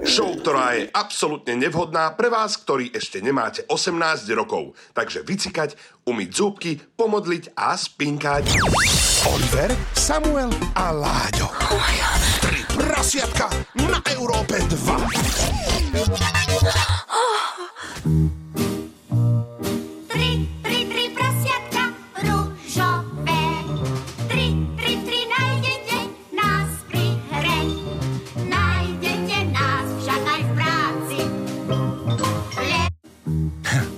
Show, ktorá je absolútne nevhodná pre vás, ktorí ešte nemáte 18 rokov. Takže vycikať, umyť zúbky, pomodliť a spinkať. Oliver, Samuel a Láďo. Tri prasiatka na Európe 2. Tri, tri, tri prasiatka rúžové. Tri, tri, tri nájdete nás pri hre. Nájdete nás však aj v práci. Le-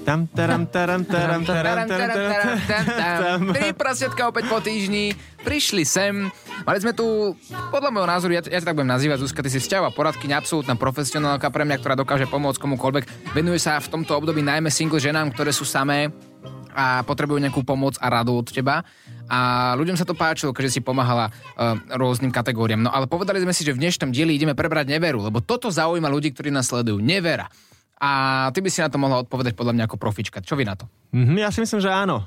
Tam, taram, taram, taram, taram, taram, Taram, taram, taram, taram, tam, tam. taram, Tri prasiatka opäť po týždni, prišli sem. Mali sme tu, podľa môjho názoru, ja, ja to tak budem nazývať, Zuzka, ty si vzťahová poradkyňa, absolútna profesionálka pre mňa, ktorá dokáže pomôcť komukoľvek. Venuje sa v tomto období najmä single ženám, ktoré sú samé a potrebujú nejakú pomoc a radu od teba. A ľuďom sa to páčilo, keďže si pomáhala uh, rôznym kategóriám. No ale povedali sme si, že v dnešnom dieli ideme prebrať neveru, lebo toto zaujíma ľudí, ktorí nás sledujú. Nevera. A ty by si na to mohla odpovedať podľa mňa ako profička. Čo vy na to? Mhm, Ja si myslím, že áno.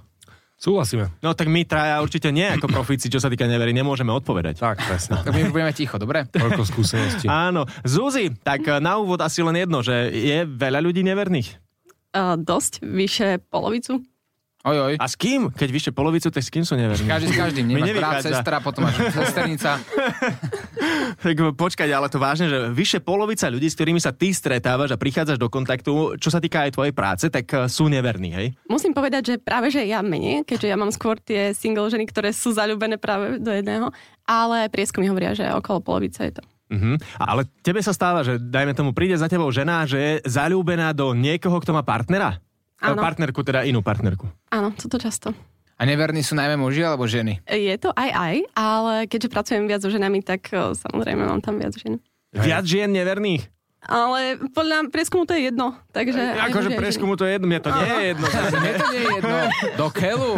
Súhlasíme. No tak my traja určite nie ako profíci, čo sa týka nevery, nemôžeme odpovedať. Tak, presne. Tak my už budeme ticho, dobre? Toľko skúseností. Áno. Zuzi, tak e, na úvod asi len jedno, že je veľa ľudí neverných. Uh, dosť, vyše polovicu. Oj, oj. A s kým? Keď vyšte polovicu, tak s kým sú neverní? Každý s každým. Mi Nemáš brat, nevychádza. sestra, potom máš sesternica. Tak počkať, ale to vážne, že vyše polovica ľudí, s ktorými sa ty stretávaš a prichádzaš do kontaktu, čo sa týka aj tvojej práce, tak e, sú neverní, hej? Musím povedať, že práve že ja menej, keďže ja mám skôr tie single ženy, ktoré sú zalúbené práve do jedného, ale prieskumy hovoria, že okolo polovice je to. Mhm. Ale tebe sa stáva, že dajme tomu, príde za tebou žena, že je zalúbená do niekoho, kto má partnera? E, Áno. Partnerku, teda inú partnerku. Áno, toto často. A neverní sú najmä muži alebo ženy. Je to aj aj, ale keďže pracujem viac so ženami, tak eh, samozrejme mám tam viac žien. Viac žien neverných? Ale podľa preskumu to je jedno, takže... aj Akože muži, aj ženy. preskumu to je jedno, mne to nie je jedno. Mne to nie je jedno. Do keľu.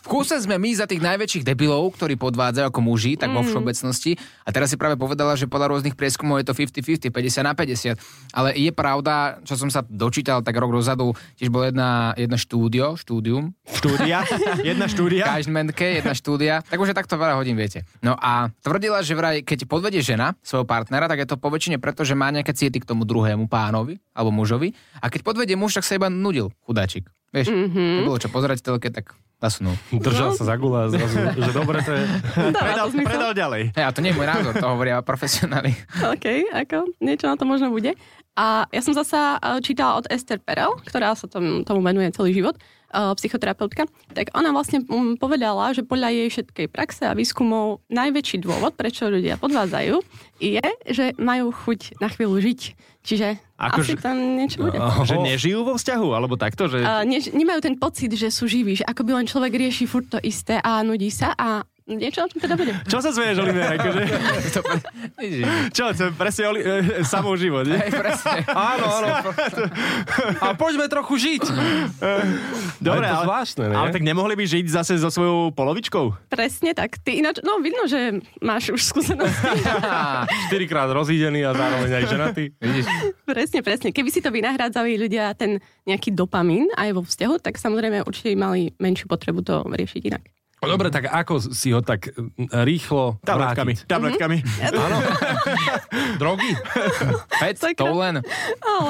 V kúse sme my za tých najväčších debilov, ktorí podvádzajú ako muži, tak vo všeobecnosti. A teraz si práve povedala, že podľa rôznych prieskumov je to 50-50, 50 na 50. Ale je pravda, čo som sa dočítal tak rok dozadu, tiež bolo jedna, jedna štúdio, štúdium, Štúdia? Jedna štúdia? Kažmentke, jedna štúdia. Tak už je takto veľa hodín, viete. No a tvrdila, že vraj, keď podvedie žena svojho partnera, tak je to poväčšine preto, že má nejaké ciety k tomu druhému pánovi alebo mužovi. A keď podvedie muž, tak sa iba nudil, chudáčik. Vieš, mm-hmm. nebolo čo pozerať v telke, tak nasunul. Držal sa za gula a zrazu, že dobre to je. Dáva to Predal, zmysel. predal ďalej. Hej, a to nie je môj názor, to hovoria profesionáli. OK, ako niečo na to možno bude. A ja som zasa eh, čítala od Esther Perel, ktorá sa tom, tomu venuje celý život, eh, psychoterapeutka, tak ona vlastne mm, povedala, že podľa jej všetkej praxe a výskumov najväčší dôvod, prečo ľudia podvádzajú, je, že majú chuť na chvíľu žiť. Čiže Ako asi že- tam niečo bude. Že nežijú vo vzťahu, alebo takto, že... Eh, ne, nemajú ten pocit, že sú živí, že akoby len človek rieši furt to isté a nudí sa a niečo na tom teda bude. Čo sa zveješ, Oliver? Akože, To pre- Nič, že- čo, to je presne Oli... e, samou život, nie? Hej, presne. Áno, áno. E, A poďme trochu žiť. Dobre, Ale je to ale, zvláštne, ne? ale tak nemohli by žiť zase so svojou polovičkou? Presne tak. Ty ináč, no vidno, že máš už skúsenosti. Štyrikrát rozídený a zároveň aj ženatý. Vidíš, Presne, presne. Keby si to vynahrádzali ľudia ten nejaký dopamín aj vo vzťahu, tak samozrejme určite mali menšiu potrebu to riešiť inak. No Dobre, tak ako si ho tak mm, rýchlo Tabletkami. vrátiť? Tabletkami. Drogy? pec, Sakra. toulen,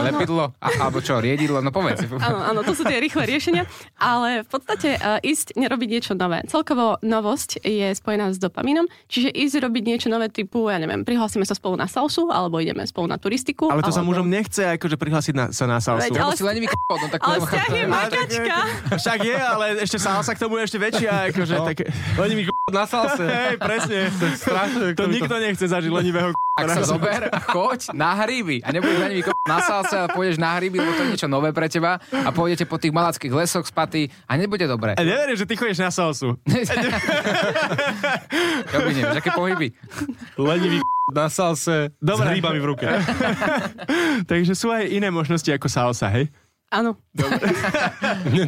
lepidlo, a, alebo čo, riedidlo, no povedz. Áno, áno, to sú tie rýchle riešenia, ale v podstate e, ísť nerobiť niečo nové. Celkovo novosť je spojená s dopamínom, čiže ísť robiť niečo nové typu, ja neviem, prihlásime sa spolu na salsu, alebo ideme spolu na turistiku. Ale to sa alebo- mužom nechce akože prihlásiť na, sa na salsu. Veď, Lebo ale- si lenivý k***o, no tak Ale to- vzťah je makačka. Však je, ale ešte salsa k tomu je ešte väčšia. Akože, no. tak, Len mi k- na salse. hej, presne. Strašne, To nikto nechce zažiť lenivého Tak sa zober a choď na hryby. A nebudeš ani vykopať na salce, ale pôjdeš na hryby, lebo to je niečo nové pre teba. A pôjdete po tých malackých lesoch spaty a nebude dobre. A neverím, že ty chodíš na salsu. Ja by neviem, aké pohyby. Lenivý k- na salse Dobre. s hríbami v ruke. Takže sú aj iné možnosti ako salsa, hej? Áno,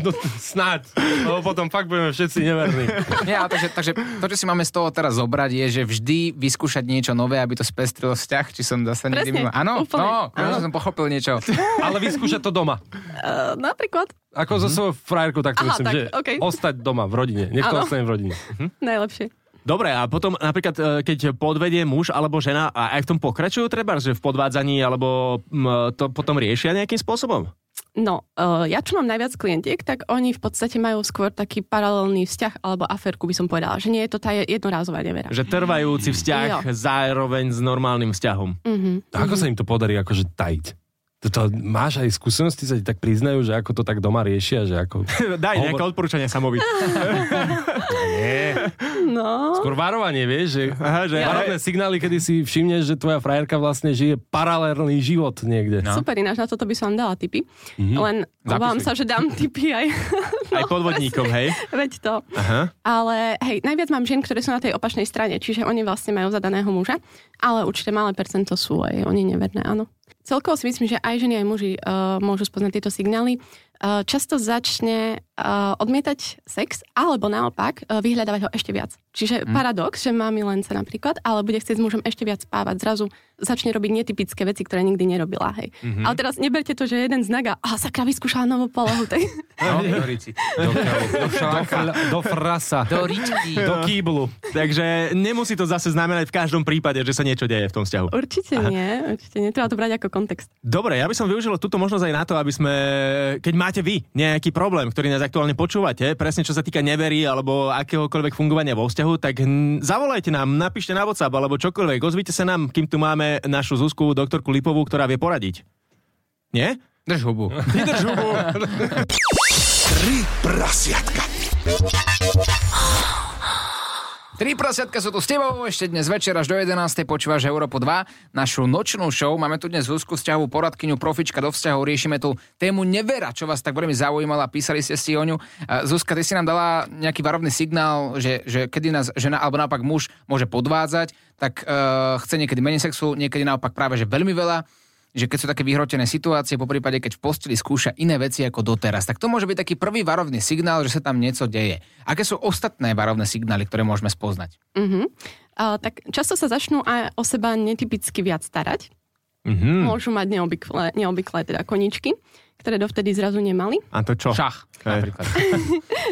No, snáď. Lebo potom fakt budeme všetci neverní. Nie, ale takže, takže to, čo si máme z toho teraz zobrať, je, že vždy vyskúšať niečo nové, aby to spestrilo vzťah, či som zase niekde mimo. Presne, Áno, úplne. no, áno. som pochopil niečo. Ale vyskúšať to doma. e, napríklad Mhm. Ako so svojou frajerkou, tak to Aha, myslím, tak, že okej. ostať doma v rodine. Nech to Áno. Mhm. ostane v rodine. najlepšie. Dobre, a potom napríklad, e, keď podvedie muž alebo žena, a aj v tom pokračujú treba, že v podvádzaní, alebo mm, to potom riešia nejakým spôsobom? No, eh, ja čo mám najviac klientiek, tak oni v podstate majú skôr taký paralelný vzťah alebo aférku by som povedala, že nie je to tá jednorázová nevera. Že trvajúci vzťah Jo. zároveň s normálnym vzťahom. Ako sa im to podarí akože tajiť? Toto máš aj skúsenosti, sa ti tak priznajú, že ako to tak doma riešia, že ako... Daj nejaké odporúčania Samovi. Nie. No, Skôr varovanie, vieš, že, Aha, že- varovné signály, kedy si všimneš, že tvoja frajerka vlastne žije paralelný život niekde. No. super, ináč na toto by som vám dala tipy. Len obávam sa, že dám tipy aj, Mhm. Aj No, podvodníkom, hej? veď to. Aha. Ale hej, najviac mám žien, ktoré sú na tej opačnej strane, čiže oni vlastne majú zadaného muža, ale určite malé percento sú aj oni neverné, áno. Celkovo si myslím, že aj ženy, aj muži uh, môžu spoznať tieto signály. Uh, často začne uh, odmietať sex, alebo naopak uh, vyhľadávať ho ešte viac. Čiže paradox, že má milence napríklad, ale bude chcieť s mužom ešte viac spávať. Zrazu začne robiť netypické veci, ktoré nikdy nerobila. Hej. Ale teraz neberte to, že je jeden znak a "Á, sakra vyskúšala novú polohu. tak- No, do rici. Do, do šaláka. Fl- Do frasa. Do ričky. Do kýblu. Takže nemusí to zase znamenať v každom prípade, že sa niečo deje v tom vzťahu. Určite nie, určite nie. Treba to brať ako kontext. Dobre, ja by som využil túto možnosť aj na to, aby sme, keď máte vy nejaký problém, ktorý nás aktuálne počúvate, presne čo sa týka nevery alebo akéhokoľvek fungovania vo vzťahu, tak hm, zavolajte nám, napíšte na WhatsApp alebo čokoľvek, ozvite sa nám, kým tu máme našu Zuzku, doktorku Lipovú, ktorá vie poradiť. Nie? Drž hubu. Tri prasiatka. Tri prasiatka sú tu s tebou, ešte dnes večer až do 11. počúvaš Európu 2, našu nočnú show. Máme tu dnes Zuzku vzťahu, poradkyňu, profička do vzťahov, riešime tu tému nevera, čo vás tak veľmi zaujímala, písali ste si o ňu. Eh, Zuzka, ty si nám dala nejaký varovný signál, že, že kedy nás žena alebo naopak muž môže podvádzať, tak uh, chce niekedy menej sexu, niekedy naopak práve že veľmi veľa že keď sú také vyhrotené situácie, po prípade, keď v posteli skúša iné veci ako doteraz, tak to môže byť taký prvý varovný signál, že sa tam niečo deje. Aké sú ostatné varovné signály, ktoré môžeme spoznať? Uh-huh. Uh, tak často sa začnú aj o seba netypicky viac starať. Mm-hmm. Môžu mať neobvyklé, neobvyklé teda koničky, ktoré dovtedy zrazu nemali. A to čo? Šach napríklad.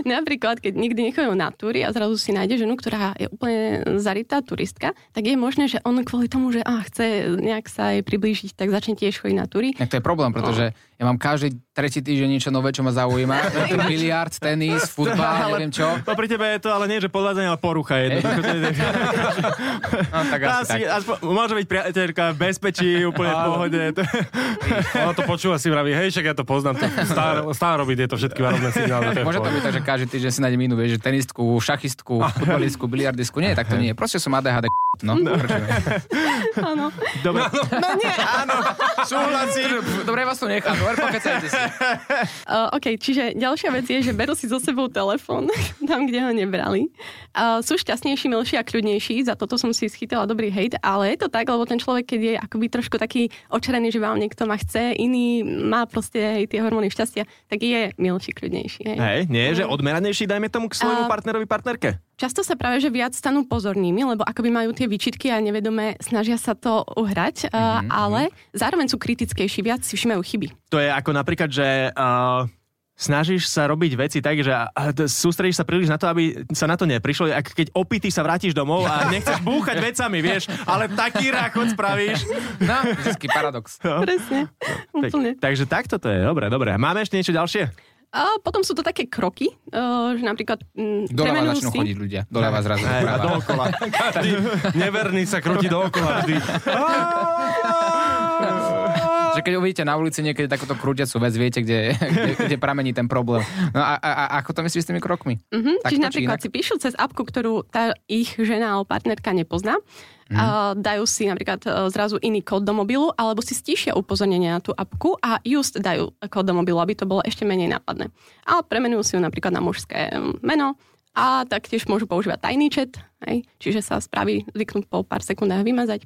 Napríklad, keď nikdy nechodujú na túry a zrazu si nájde ženu, ktorá je úplne zarytá turistka, tak je možné, že on kvôli tomu, že ah, chce nejak sa jej priblížiť, tak začne tiež chodiť na túry. Tak to je problém, pretože ja mám každý tretí týždeň niečo nové, čo ma zaujíma. Ten Biliard, tenis, futbal, neviem čo. No pri tebe je to ale nie, že podvádzanie, ale porucha jednoducho. No, tak Tá asi si, tak. aspoň, môže byť priateľka v bezpečí, úplne v pohode. Ona to počúva si vraví, hej, však ja to poznám, to stále, stále robí tieto všetky varovné signály. to je v Môže to pohode. byť tak, že každý týždeň si nájdem inú, vieš, že tenistku, šachistku, futbalistku, biliardistku. Nie, tak to nie. je. Proste som ADHD. No, prečo nie? Áno. Dobre. No nie, áno, súhlasím. Dobre, ja vás tu nechám. Dobre, pokecajte si. Uh, OK, čiže ďalšia vec je, že berú si so sebou telefón tam, kde ho nebrali. Uh, sú šťastnejší, milší a kľudnejší, za toto som si schytala dobrý hejt, ale je to tak, lebo ten človek, keď je akoby trošku taký očarený, že vám niekto ma chce, iný má proste hej, tie hormóny šťastia, tak je milší, kľudnejší. Hej. Hej, nie, že odmeranejší, dajme tomu, k svojmu A- partnerovi, partnerke. Často sa práve, že viac stanú pozornými, lebo akoby majú tie výčitky a nevedomé snažia sa to uhrať, uh, ale zároveň sú kritickejší, viac si všimajú chyby. To je ako napríklad, že uh, snažíš sa robiť veci tak, že uh, t- sústredíš sa príliš na to, aby sa na to neprišlo. Ak keď opitý sa vrátiš domov a nechceš búchať vecami, vieš, ale taký rákot spravíš. No, vždycky paradox. Presne, No, úplne. takže takto to je. Dobre, dobre. Máme ešte niečo ďalšie? A potom sú to také kroky, eh, že napríklad mm, Doľava premenú začnú si. chodiť ľudia. Doľava zrazu. Hej, a doprava. dookola. Každý neverný sa krúti dookola vždy. Že keď uvidíte na ulici niekedy takúto krútiacu vec, viete, kde, kde, kde pramení ten problém. No a, a, a ako to myslíš s tými krokmi? Mhm, Takto čiže či napríklad inak? si píšu cez apku, ktorú tá ich žena alebo partnerka nepozná. Mhm. A dajú si napríklad eh, zrazu iný kód do mobilu, alebo si stíšia upozornenie na tú apku a just dajú kód do mobilu, aby to bolo ešte menej nápadné. Ale premenujú si ju napríklad na mužské mm, meno a taktiež môžu používať tajný chat, hej? čiže sa správy zvyknú po pár sekundách vymazať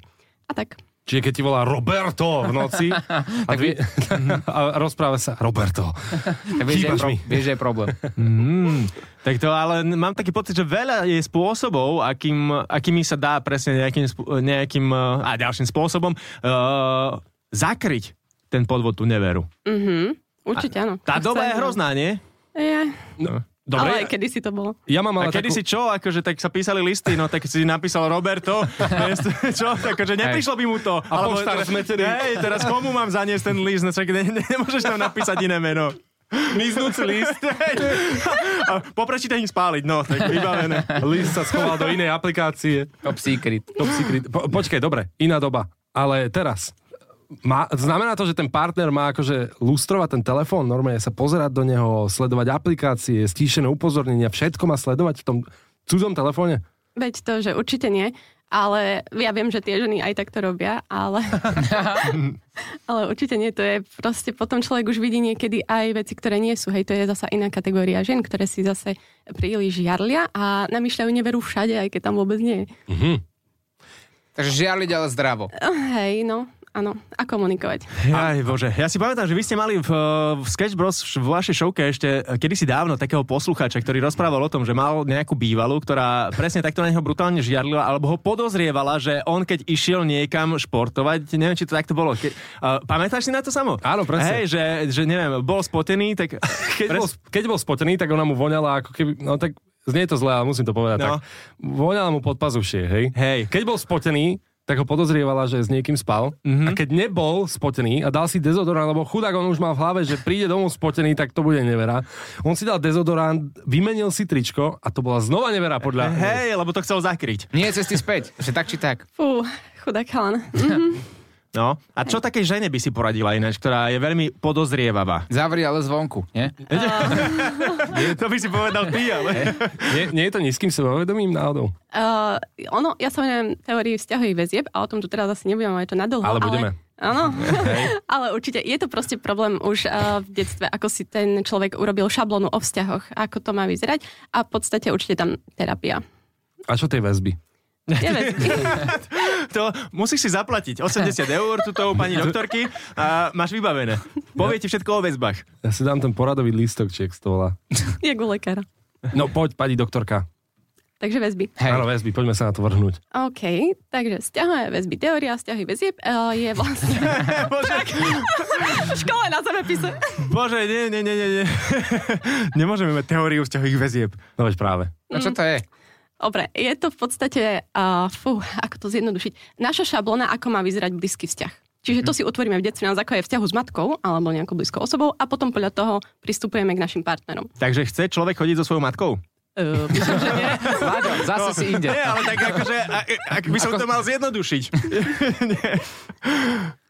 a tak. Čiže keď ti volá Roberto v noci a, dvi, a rozpráva sa Roberto, Tak vieš, že je chýbaš mi. pro- vieš, že je problém. Mm, tak to ale n- mám taký pocit, že veľa je spôsobov, akým, akými sa dá presne nejakým, spô- nejakým eh, a ďalším spôsobom uh, zakryť ten podvod tú neveru. Mhm, Určite áno. Tá Chcem- doba je hrozná, nie? Je, No. Dobre, no. ale aj kedy si to bolo. ja mám A ale kedy takú... si čo? Akože tak sa písali listy, no tak si napísal Roberto. vieš, čo? Akože neprišlo by mu to. A poštár zmetený. Hej, teraz komu mám zaniesť ten list? No, čak, ne, ne, nemôžeš tam napísať iné meno. Miznúci list. A po prečítaní spáliť, no, tak vybavené. List sa schoval do inej aplikácie. Top secret. Top secret. Po, počkaj, dobre, iná doba. Ale teraz, má, znamená to, že ten partner má akože lustrovať ten telefón, normálne sa pozerať do neho, sledovať aplikácie, stíšené upozornenia, všetko má sledovať v tom cudzom telefóne? Veď to, že určite nie, ale ja viem, že tie ženy aj tak to robia, ale, ale určite nie, to je proste, potom človek už vidí niekedy aj veci, ktoré nie sú, hej, to je zasa iná kategória žien, ktoré si zase príliš jarlia a namýšľajú neveru všade, aj keď tam vôbec nie je. Takže žiarliť, ale zdravo. Hej, no, áno, a komunikovať. Aj bože, ja si pamätám, že vy ste mali v, eh, v Sketch Bros v vašej showke ešte eh, kedysi dávno takého poslucháča, ktorý rozprával o tom, že mal nejakú bývalú, ktorá presne takto na neho brutálne žiarlila, alebo ho podozrievala, že on keď išiel niekam športovať, neviem, či to takto bolo. Ke, uh, pamätáš si na to samo? Áno, presne. Hej, že, že neviem, bol spotený, tak... Keď, bol, keď bol spotený, tak ona mu voňala ako keby, no tak znie to zle, ale musím to povedať no. No. tak. Voňala mu pod pazušie, hej? Hej. Keď bol spotený, tak ho podozrievala, že s niekým spal. Mm-hmm. A keď nebol spotený a dal si dezodorant, lebo chudák on už mal v hlave, že príde domov spotený, tak to bude nevera. On si dal dezodorant, vymenil si tričko a to bola znova nevera podľa... Hej, lebo to chcel zakryť. Nie je cesty späť, že tak či tak. Fú, chudák chalan. No. A čo takej žene by si poradila ináč, ktorá je veľmi podozrievavá? Zavri ale zvonku, nie? to by si povedal ty, ale... Nie, nie je to nízkym sebavedomím náhodou? Uh, ono, ja sa venujem teórii vzťahových väzieb a o tom tu teraz asi nebudeme, je to na dlho. Ale budeme. Áno, ale určite je to proste problém už uh, v detstve, ako si ten človek urobil šablónu o vzťahoch, ako to má vyzerať a v podstate určite tam terapia. A čo tej väzby? Je väzby. to musíš si zaplatiť 80 eur tuto u pani doktorky a máš vybavené. Povie ti všetko o väzbách. Ja si dám ten poradový lístok, či jak sa to volá. Jak u lekára. No poď, pani doktorka. Takže väzby. Hej. Áno, väzby, poďme sa na to vrhnúť. OK, takže vzťahové väzby, teória vzťahových väzieb uh, je vlastne Bože, v škole na zemepise. bože, nie, nie, nie, nie, nie. Nemôžeme mať teóriu vzťahových väzieb. No veď práve. No čo to je? Dobre, je to v podstate, uh, fú, ako to zjednodušiť, naša šablona, ako má vyzerať blízky vzťah. Čiže Mhm. to si utvoríme v detstve na základe vzťahu s matkou alebo nejakou blízkou osobou a potom podľa toho pristupujeme k našim partnerom. Takže chce človek chodiť so svojou matkou? Uh, myslím, že nie. Vláďo, zase si inde. Nie, ale tak akože, a, a- ak by som to mal zjednodušiť.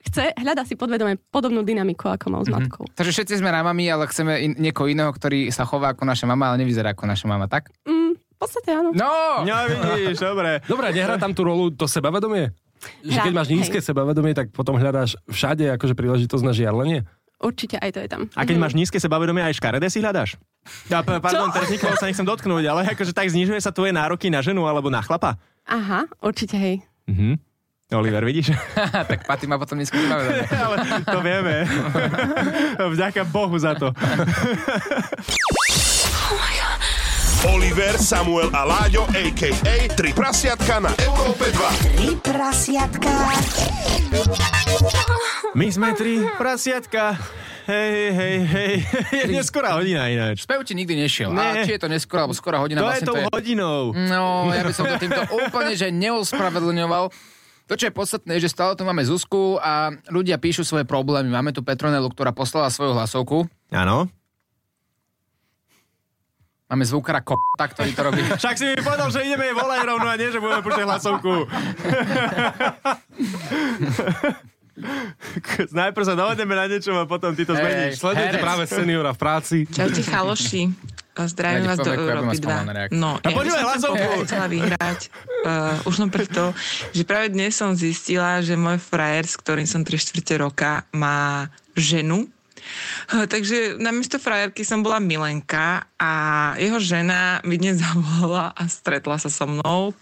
Chce, hľada si podvedome podobnú dynamiku, ako mal s Mhm. matkou. Takže všetci sme mamami, ale chceme in- niekoho iného, ktorý sa chová ako naša mama, ale nevyzerá ako naša mama, tak? Mm, v podstate áno. No! No vidíš, dobre. Dobre, nehrá tam tú rolu to sebavedomie? Že keď Hrá, máš nízke hej. sebavedomie, tak potom hľadáš všade akože príležitosť na žiarlenie? Určite aj to je tam. Mhm. A keď máš nízke sebavedomie, aj škaredé si hľadáš? Ja, p- pardon, Čo? teraz nikoho sa nechcem dotknúť, ale akože tak znižuje sa tvoje nároky na ženu alebo na chlapa. Aha, určite hej. Mhm. Oliver, vidíš? tak Paty ma potom nízko vybavené. Ale to vieme. Vďaka Bohu za to. Oliver, Samuel a Láďo, a.k.a. Tri prasiatka na Európe 2. Tri prasiatka. My sme tri prasiatka. Hej, hej, hej. Je neskorá hodina ináč. Spev ti nikdy nešiel. A Nie. či je to neskoro, alebo skorá hodina, To je vlastne tou to je... hodinou. No, ja by som to týmto úplne, že neospravedlňoval. To, čo je podstatné, je, že stále tu máme Zuzku a ľudia píšu svoje problémy. Máme tu Petronelu, ktorá poslala svoju hlasovku. Áno. Máme zvukara ko... ktorý to robí. Však si mi povedal, že ideme jej volať rovno a nie, že budeme počuť hlasovku. K- Najprv sa dohodneme na niečom a potom ty to zmeníš. herec. Sledujete práve seniora v práci. Čaute chaloši, zdravím Ja vás do ďakujem, ako Európy máš spomalé 2. reakcie. No, A poďme by som to hlasovku. chcela vyhrať. Uh, už len preto, že práve dnes som zistila, že môj frajer, s ktorým som 3 čtvrte roka, má ženu. Uh, Takže namiesto frajerky som bola Milenka a jeho žena mi dnes zavolala a stretla sa so mnou.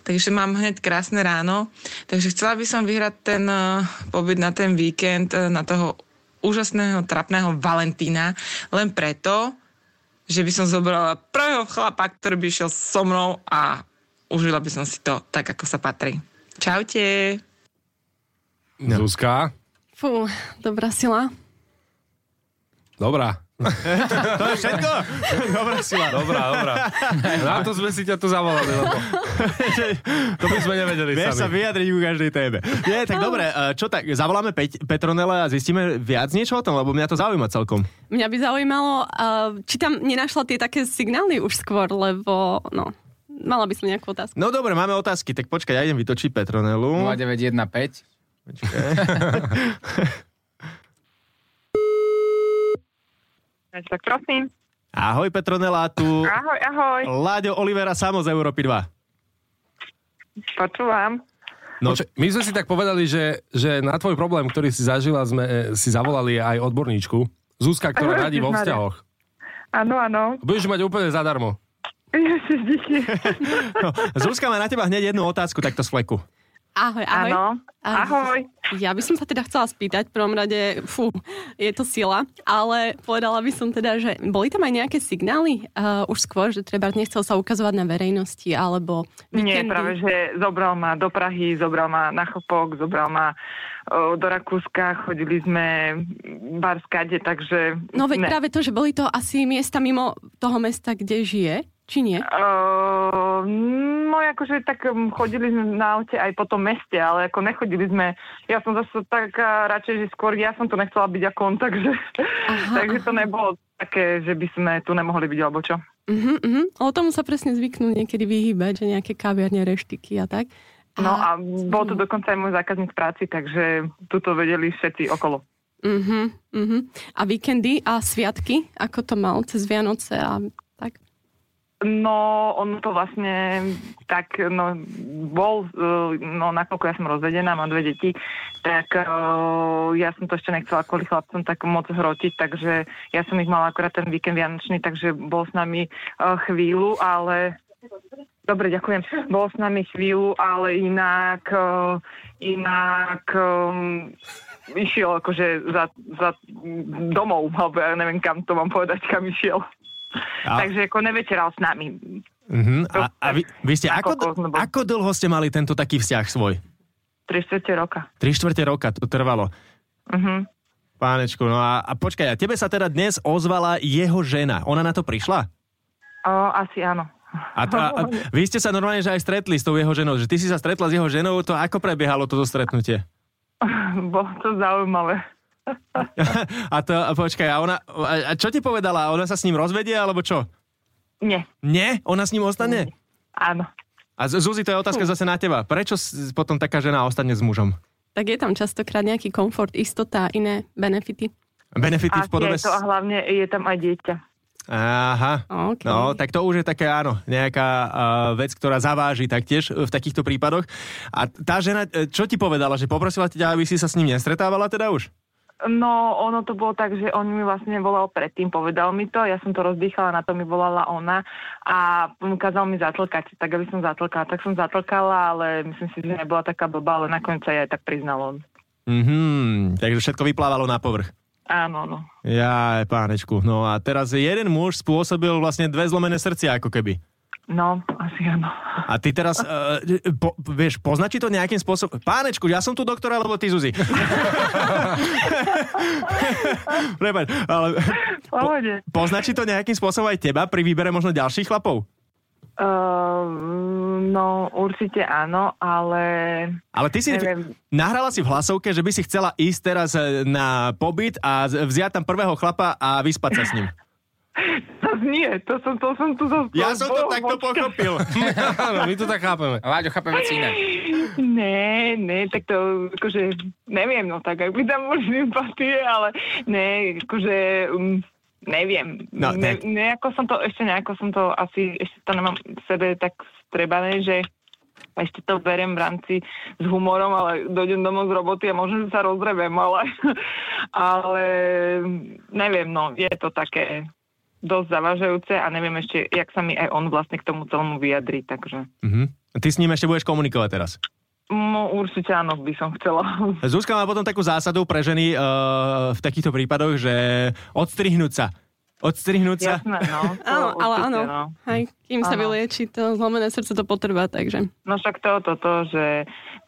Takže mám hneď krásne ráno. Takže chcela by som vyhrať ten uh, pobyt na ten víkend uh, na toho úžasného, trapného Valentína len preto, že by som zobrala prvého chlapa, ktorý by išiel so mnou a užila by som si to tak, ako sa patrí. Čaute. No. Zuzka, Fú, dobrá sila. Dobrá. To je všetko? Dobre, Sila. Dobrá, dobrá. Na to sme si ťa tu zavolali, lebo to by sme nevedeli Vieš sa sami. vyjadriť ku každej téme. Nie, tak dobre, eh, čo tak, zavoláme Peť, Petronele a zistíme viac niečo o tom, lebo mňa to zaujíma celkom. Mňa by zaujímalo, uh, či tam nenašla tie také signály už skôr, lebo no, mala by som nejakú otázku. No dobre, máme otázky, tak počkaj, ja idem vytočiť Petronelu. 0915. Tak prosím. Ahoj Petronela, tu Ahoj, ahoj. Láďo Olivera samo z Európy 2. Počúvam. No, Počkaj, My sme si tak povedali, že, že na tvoj problém, ktorý si zažila, sme e, si zavolali aj odborníčku. Zuzka, ktorá radí vo Ježišmarja. vzťahoch. Áno, áno. Budeš ju mať úplne zadarmo. Ježiš, díky. no, Zuzka má na teba hneď jednu otázku takto z fleku. Ahoj, ahoj. Áno. Ahoj. Ja by som sa teda chcela spýtať, v prvom rade, fú, je to sila, ale povedala by som teda, že boli tam aj nejaké signály uh, už skôr, že treba nechcel sa ukazovať na verejnosti, alebo Nie, víkendy. práve, že zobral ma do Prahy, zobral ma na Chopok, zobral ma o, do Rakúska, chodili sme bar skade, takže... No veď ne. práve to, že boli to asi miesta mimo toho mesta, kde žije, či nie? Uh, no akože tak um, chodili sme na aute aj po tom meste, ale ako nechodili sme, ja som zase taká radšej, že skôr ja som tu nechcela byť ako on, takže, Aha, takže to nebolo také, že by sme tu nemohli byť alebo čo. Uh-huh, uh-huh. O tomu sa presne zvyknú niekedy vyhýbať, že nejaké kaviarne, reštiky a tak. No a bol to dokonca aj môj zákazník v práci, takže tuto vedeli všetci okolo. Uh-huh, uh-huh. a víkendy a sviatky, ako to mal cez Vianoce a tak. No, on to vlastne tak, no, bol, eh, no, nakoľko ja som rozvedená, mám dve deti, tak eh, ja som to ešte nechcela kvôli chlapcom tak moc hrotiť, takže ja som ich mala akurát ten víkend vianočný, takže bol s nami eh, chvíľu, ale... Dobre, ďakujem. Bol s nami chvíľu, ale inak, eh, inak um, išiel akože za, za domov, alebo ja neviem, kam to mám povedať, kam išiel. A- Takže ako neveteral s nami. Uh-huh. A, a vy, vy ste, Na ako, kokos, dl- lebo- ako dlho ste mali tento taký vzťah svoj? 3 čtvrte roka. 3 štvrte roka to trvalo. Uh-huh. Pánečku, no a, a počkaj, a tebe sa teda dnes ozvala jeho žena. Ona na to prišla? O, asi áno. A, t- a, a vy ste sa normálne že aj stretli s tou jeho ženou, že ty si sa stretla s jeho ženou, to ako prebiehalo toto stretnutie? Bolo to zaujímavé. A to, a počkaj, a ona, a, a čo ti povedala? Ona sa s ním rozvedie, alebo čo? Nie, Nie? Ona s ním ostane? áno. A Z- Zuzi, to je otázka zase na teba. Prečo s- potom taká žena ostane s mužom? Tak je tam častokrát nejaký komfort, istota a iné benefity. Benefity v Asi podobe... je to a s- hlavne je tam aj dieťa. Aha. OK. No, Mm. tak to už je také, áno, nejaká uh, vec, ktorá zaváži taktiež e, v takýchto prípadoch. A tá žena, e, čo ti povedala? Že poprosila ťa, aby si sa s ním nestretávala teda už? No, ono to bolo tak, že on mi vlastne volal predtým, povedal mi to, ja som to rozdýchala, na to mi volala ona a ukázal mi zatlkať, tak aby som zatlkala. Tak som zatlkala, ale myslím si, že nebola taká blbá, ale nakoniec sa jej aj tak priznal on. Mhm, takže všetko vyplávalo na povrch. Áno, no. Ja, pánečku. No a teraz jeden muž spôsobil vlastne dve zlomené srdcia, ako keby. No, asi áno. A ty teraz, uh, eh, po, vieš, poznačí to nejakým spôsobom... Pánečku, ja som tu doktora, lebo ty Zuzi. Prepač, ale V Pohode. poznačí to nejakým spôsobom aj teba pri výbere možno ďalších chlapov? Ehm, no, určite áno, ale... Ale ty si Neviem. nahrala si v hlasovke, že by si chcela ísť teraz eh, na pobyt a z- vziať tam prvého chlapa a vyspať sa s ním. Zas nie, to som, to som tu zase... Ja som to Boh, takto počkaj. pochopil. Áno, my to tak chápeme. Láďo, chápem veci inak. Ne, ne, tak to akože neviem, no tak ak by tam boli sympatie, ale ne, akože um, neviem. No, ne, tak. nejako som to, ešte nejako som to asi, ešte to nemám v sebe tak strebané, že ešte to berem v rámci s humorom, ale dojdem domov z roboty a možno, že sa rozrebem, ale, ale neviem, no, je to také dosť zavažajúce a neviem ešte, jak sa mi aj on vlastne k tomu celému vyjadri, takže... Mhm. Ty s ním ešte budeš komunikovať teraz. No určite áno, by som chcela. eh, Zuzka má potom takú zásadu pre ženy uh, v takýchto prípadoch, že odstrihnúť sa Odstrihnúť sa. Jasné, no. to Áno, ale áno. určite, No. Aj kým sa Áno. vylieči, to zlomené srdce to potrvá, takže... No však to, to, to že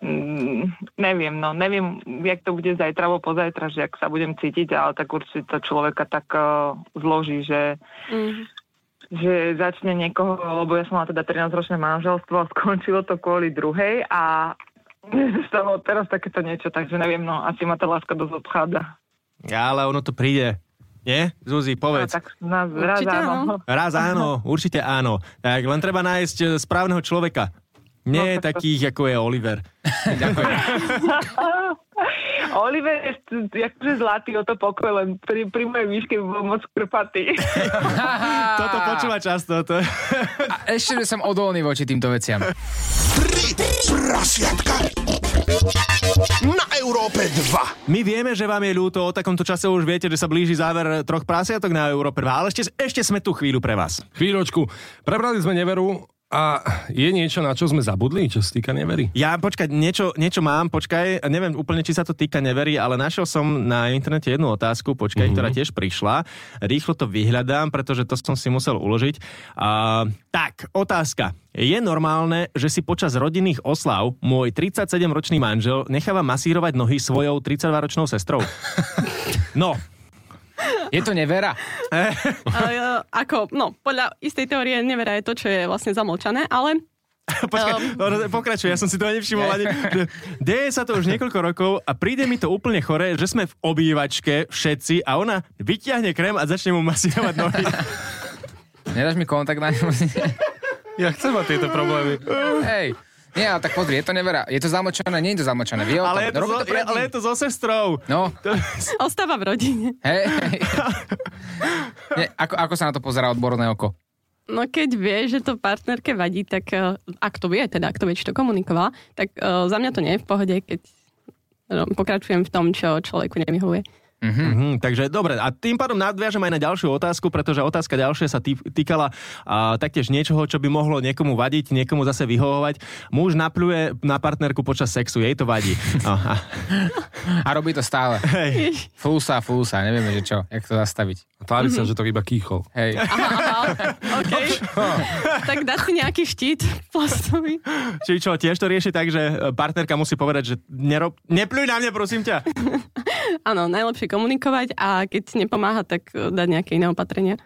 mm, neviem, no neviem, jak to bude zajtra alebo pozajtra, že ak sa budem cítiť, ale tak určite to človeka tak uh, zloží, že, Mm. že začne niekoho, lebo ja som mala teda 13-ročné manželstvo a skončilo to kvôli druhej a stalo teraz takéto niečo, takže neviem, no asi ma tá láska dosť obchádza. Ale ono to príde. Nie? Zuzi, No, povedz. tak nás raz Určite áno. áno. Raz áno, určite áno. Tak len treba nájsť e, správneho človeka. Nie No, tak to- takých, ako je Oliver. Oliver je st- akože zlatý o to pokoj, len pri, pri mojej výške by bol moc krpatý. Toto počúva často. To... A ešte, že som odolný voči týmto veciam. Prasiatka na Európe 2. My vieme, že vám je ľúto, o takomto čase už viete, že sa blíži záver troch prasiatok na Európe 2, ale ešte, ešte sme tu chvíľu pre vás. Chvíľočku. Prebrali sme neveru a je niečo, na čo sme zabudli, čo sa týka nevery? Ja počkať, niečo, niečo mám, počkaj, neviem úplne, či sa to týka neverí, ale našiel som na internete jednu otázku, počkaj, mm-hmm. ktorá tiež prišla. Rýchlo to vyhľadám, pretože to som si musel uložiť. A, tak, otázka. Je normálne, že si počas rodinných oslav môj 37-ročný manžel necháva masírovať nohy svojou 32-ročnou sestrou? No, Je to nevera. Ale, ako, no, podľa istej teórie nevera je to, čo je vlastne zamlčané, ale Počkaj, um... pokračuj, ja som si to ani všimol. Ani, že deje sa to už niekoľko rokov a príde mi to úplne chore, že sme v obývačke všetci a ona vyťahne krém a začne mu masírovať nohy. Nedáš mi kontakt na ňu? Ja chcem mať tieto problémy. Hej. Nie, ale tak pozri, je to nevera. Je to zamlčané, nie je to zamlčané. Vie o tom. Ale je, to Robí so, to predtým. ale je to so sestrou. No, To, ostáva v rodine. hej. Nie, ako, ako sa na to pozerá odborné oko? No keď vie, že to partnerke vadí, tak eh, ak to vie, teda ak to vie, či to komunikovala, tak eh, za mňa to nie je v pohode, keď no, pokračujem v tom, čo človeku nevyhovuje. mhm, takže dobre, a tým pádom nadviažem aj na ďalšiu otázku, pretože otázka ďalšia sa tý, týkala a, taktiež niečoho, čo by mohlo niekomu vadiť, niekomu zase vyhovovať. Muž napluje na partnerku počas sexu, jej to vadí. Aha. A robí to stále. Hej. Flúsa, flúsa, nevieme, že čo, jak to zastaviť. A tvári Mhm. sa, že to iba kýchol. Hej. Okay. tak dá si nejaký štít plastový. Či čo, tiež to rieši tak, že e, partnerka musí povedať, že nerob, nepluj na mňa, prosím ťa. Áno, najlepšie komunikovať a keď nepomáha, tak eh, dať nejaké iné opatrenia.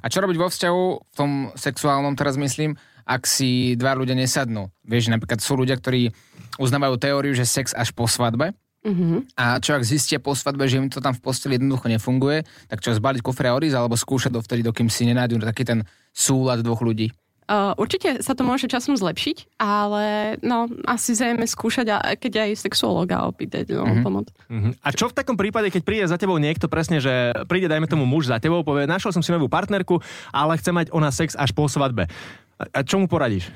A čo robiť vo vzťahu, v tom sexuálnom teraz myslím, ak si dva ľudia nesadnú. Vieš, napríklad sú ľudia, ktorí uznávajú teóriu, že sex až po svadbe. Mm-hmm. A čo ak zistia po svadbe, že im to tam v posteli jednoducho nefunguje, tak čo zbaliť kufre a odísť, alebo skúšať dovtedy, dokým si nenájdu taký ten súlad dvoch ľudí. Uh, určite sa to môže časom zlepšiť, ale no, asi zrejme skúšať, a, a keď aj sexuológa opýtať no, mm-hmm. pomoc. Mhm. A čo v takom prípade, keď príde za tebou niekto presne, že príde, dajme tomu muž za tebou, povie, našiel som si novú partnerku, ale chce mať ona sex až po svadbe. A- A čo mu poradíš?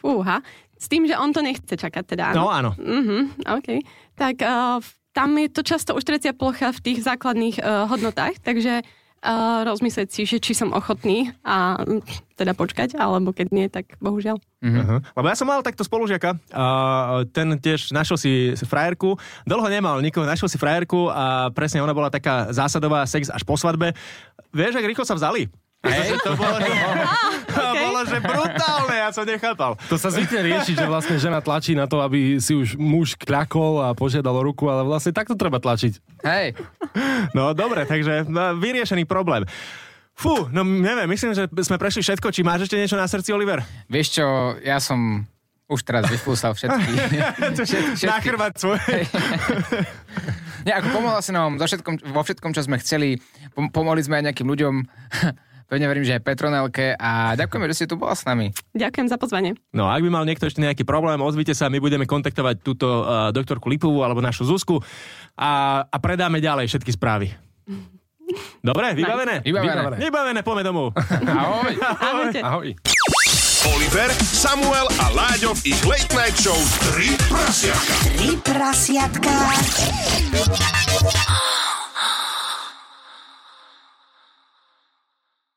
Fúha. S tým, že on to nechce čakať teda. No áno? áno. Mhm, OK. Tak uh, tam je to často už trecia plocha v tých základných uh, hodnotách, takže uh, rozmyslieť si, že či som ochotný a mm, teda počkať, alebo keď nie, tak bohužiaľ. Uh-huh. Lebo ja som mal takto spolužiaka a ten tiež našiel si frajerku, dlho nemal nikoho, našiel si frajerku a presne ona bola taká zásadová sex až po svadbe. Vieš, ak rýchlo sa vzali? Pretože to bolo, že, okay. bolo, že brutálne, ja som nechápal. To sa zvykne riešiť, že vlastne žena tlačí na to, aby si už muž kľakol a požiadal o ruku, ale vlastne takto treba tlačiť. Hej, No dobre, takže no, vyriešený problém. Fú, no neviem, myslím, že sme prešli všetko. Či máš ešte niečo na srdci, Oliver? vieš čo, ja som už teraz vyfúsal všetky. všetky. Nachrvať svoje. Nie, ako pomohla si nám so všetkom, vo všetkom, čo sme chceli. Pom- pomohli sme aj nejakým ľuďom. Pevne verím, že aj Petronelke. A ďakujeme, že si tu bola s nami. Ďakujem za pozvanie. No a ak by mal niekto ešte nejaký problém, ozvite sa, my budeme kontaktovať túto uh, doktorku Lipovú alebo našu Zuzku a, a predáme ďalej všetky správy. Dobre, vybavené? Vybavené. Vybavené, poďme domov. Ahoj. Ahojte. Ahoj. Oliver, Samuel a Láďo v ich Late Night Show 3 prasiatka. Tri prasiatka.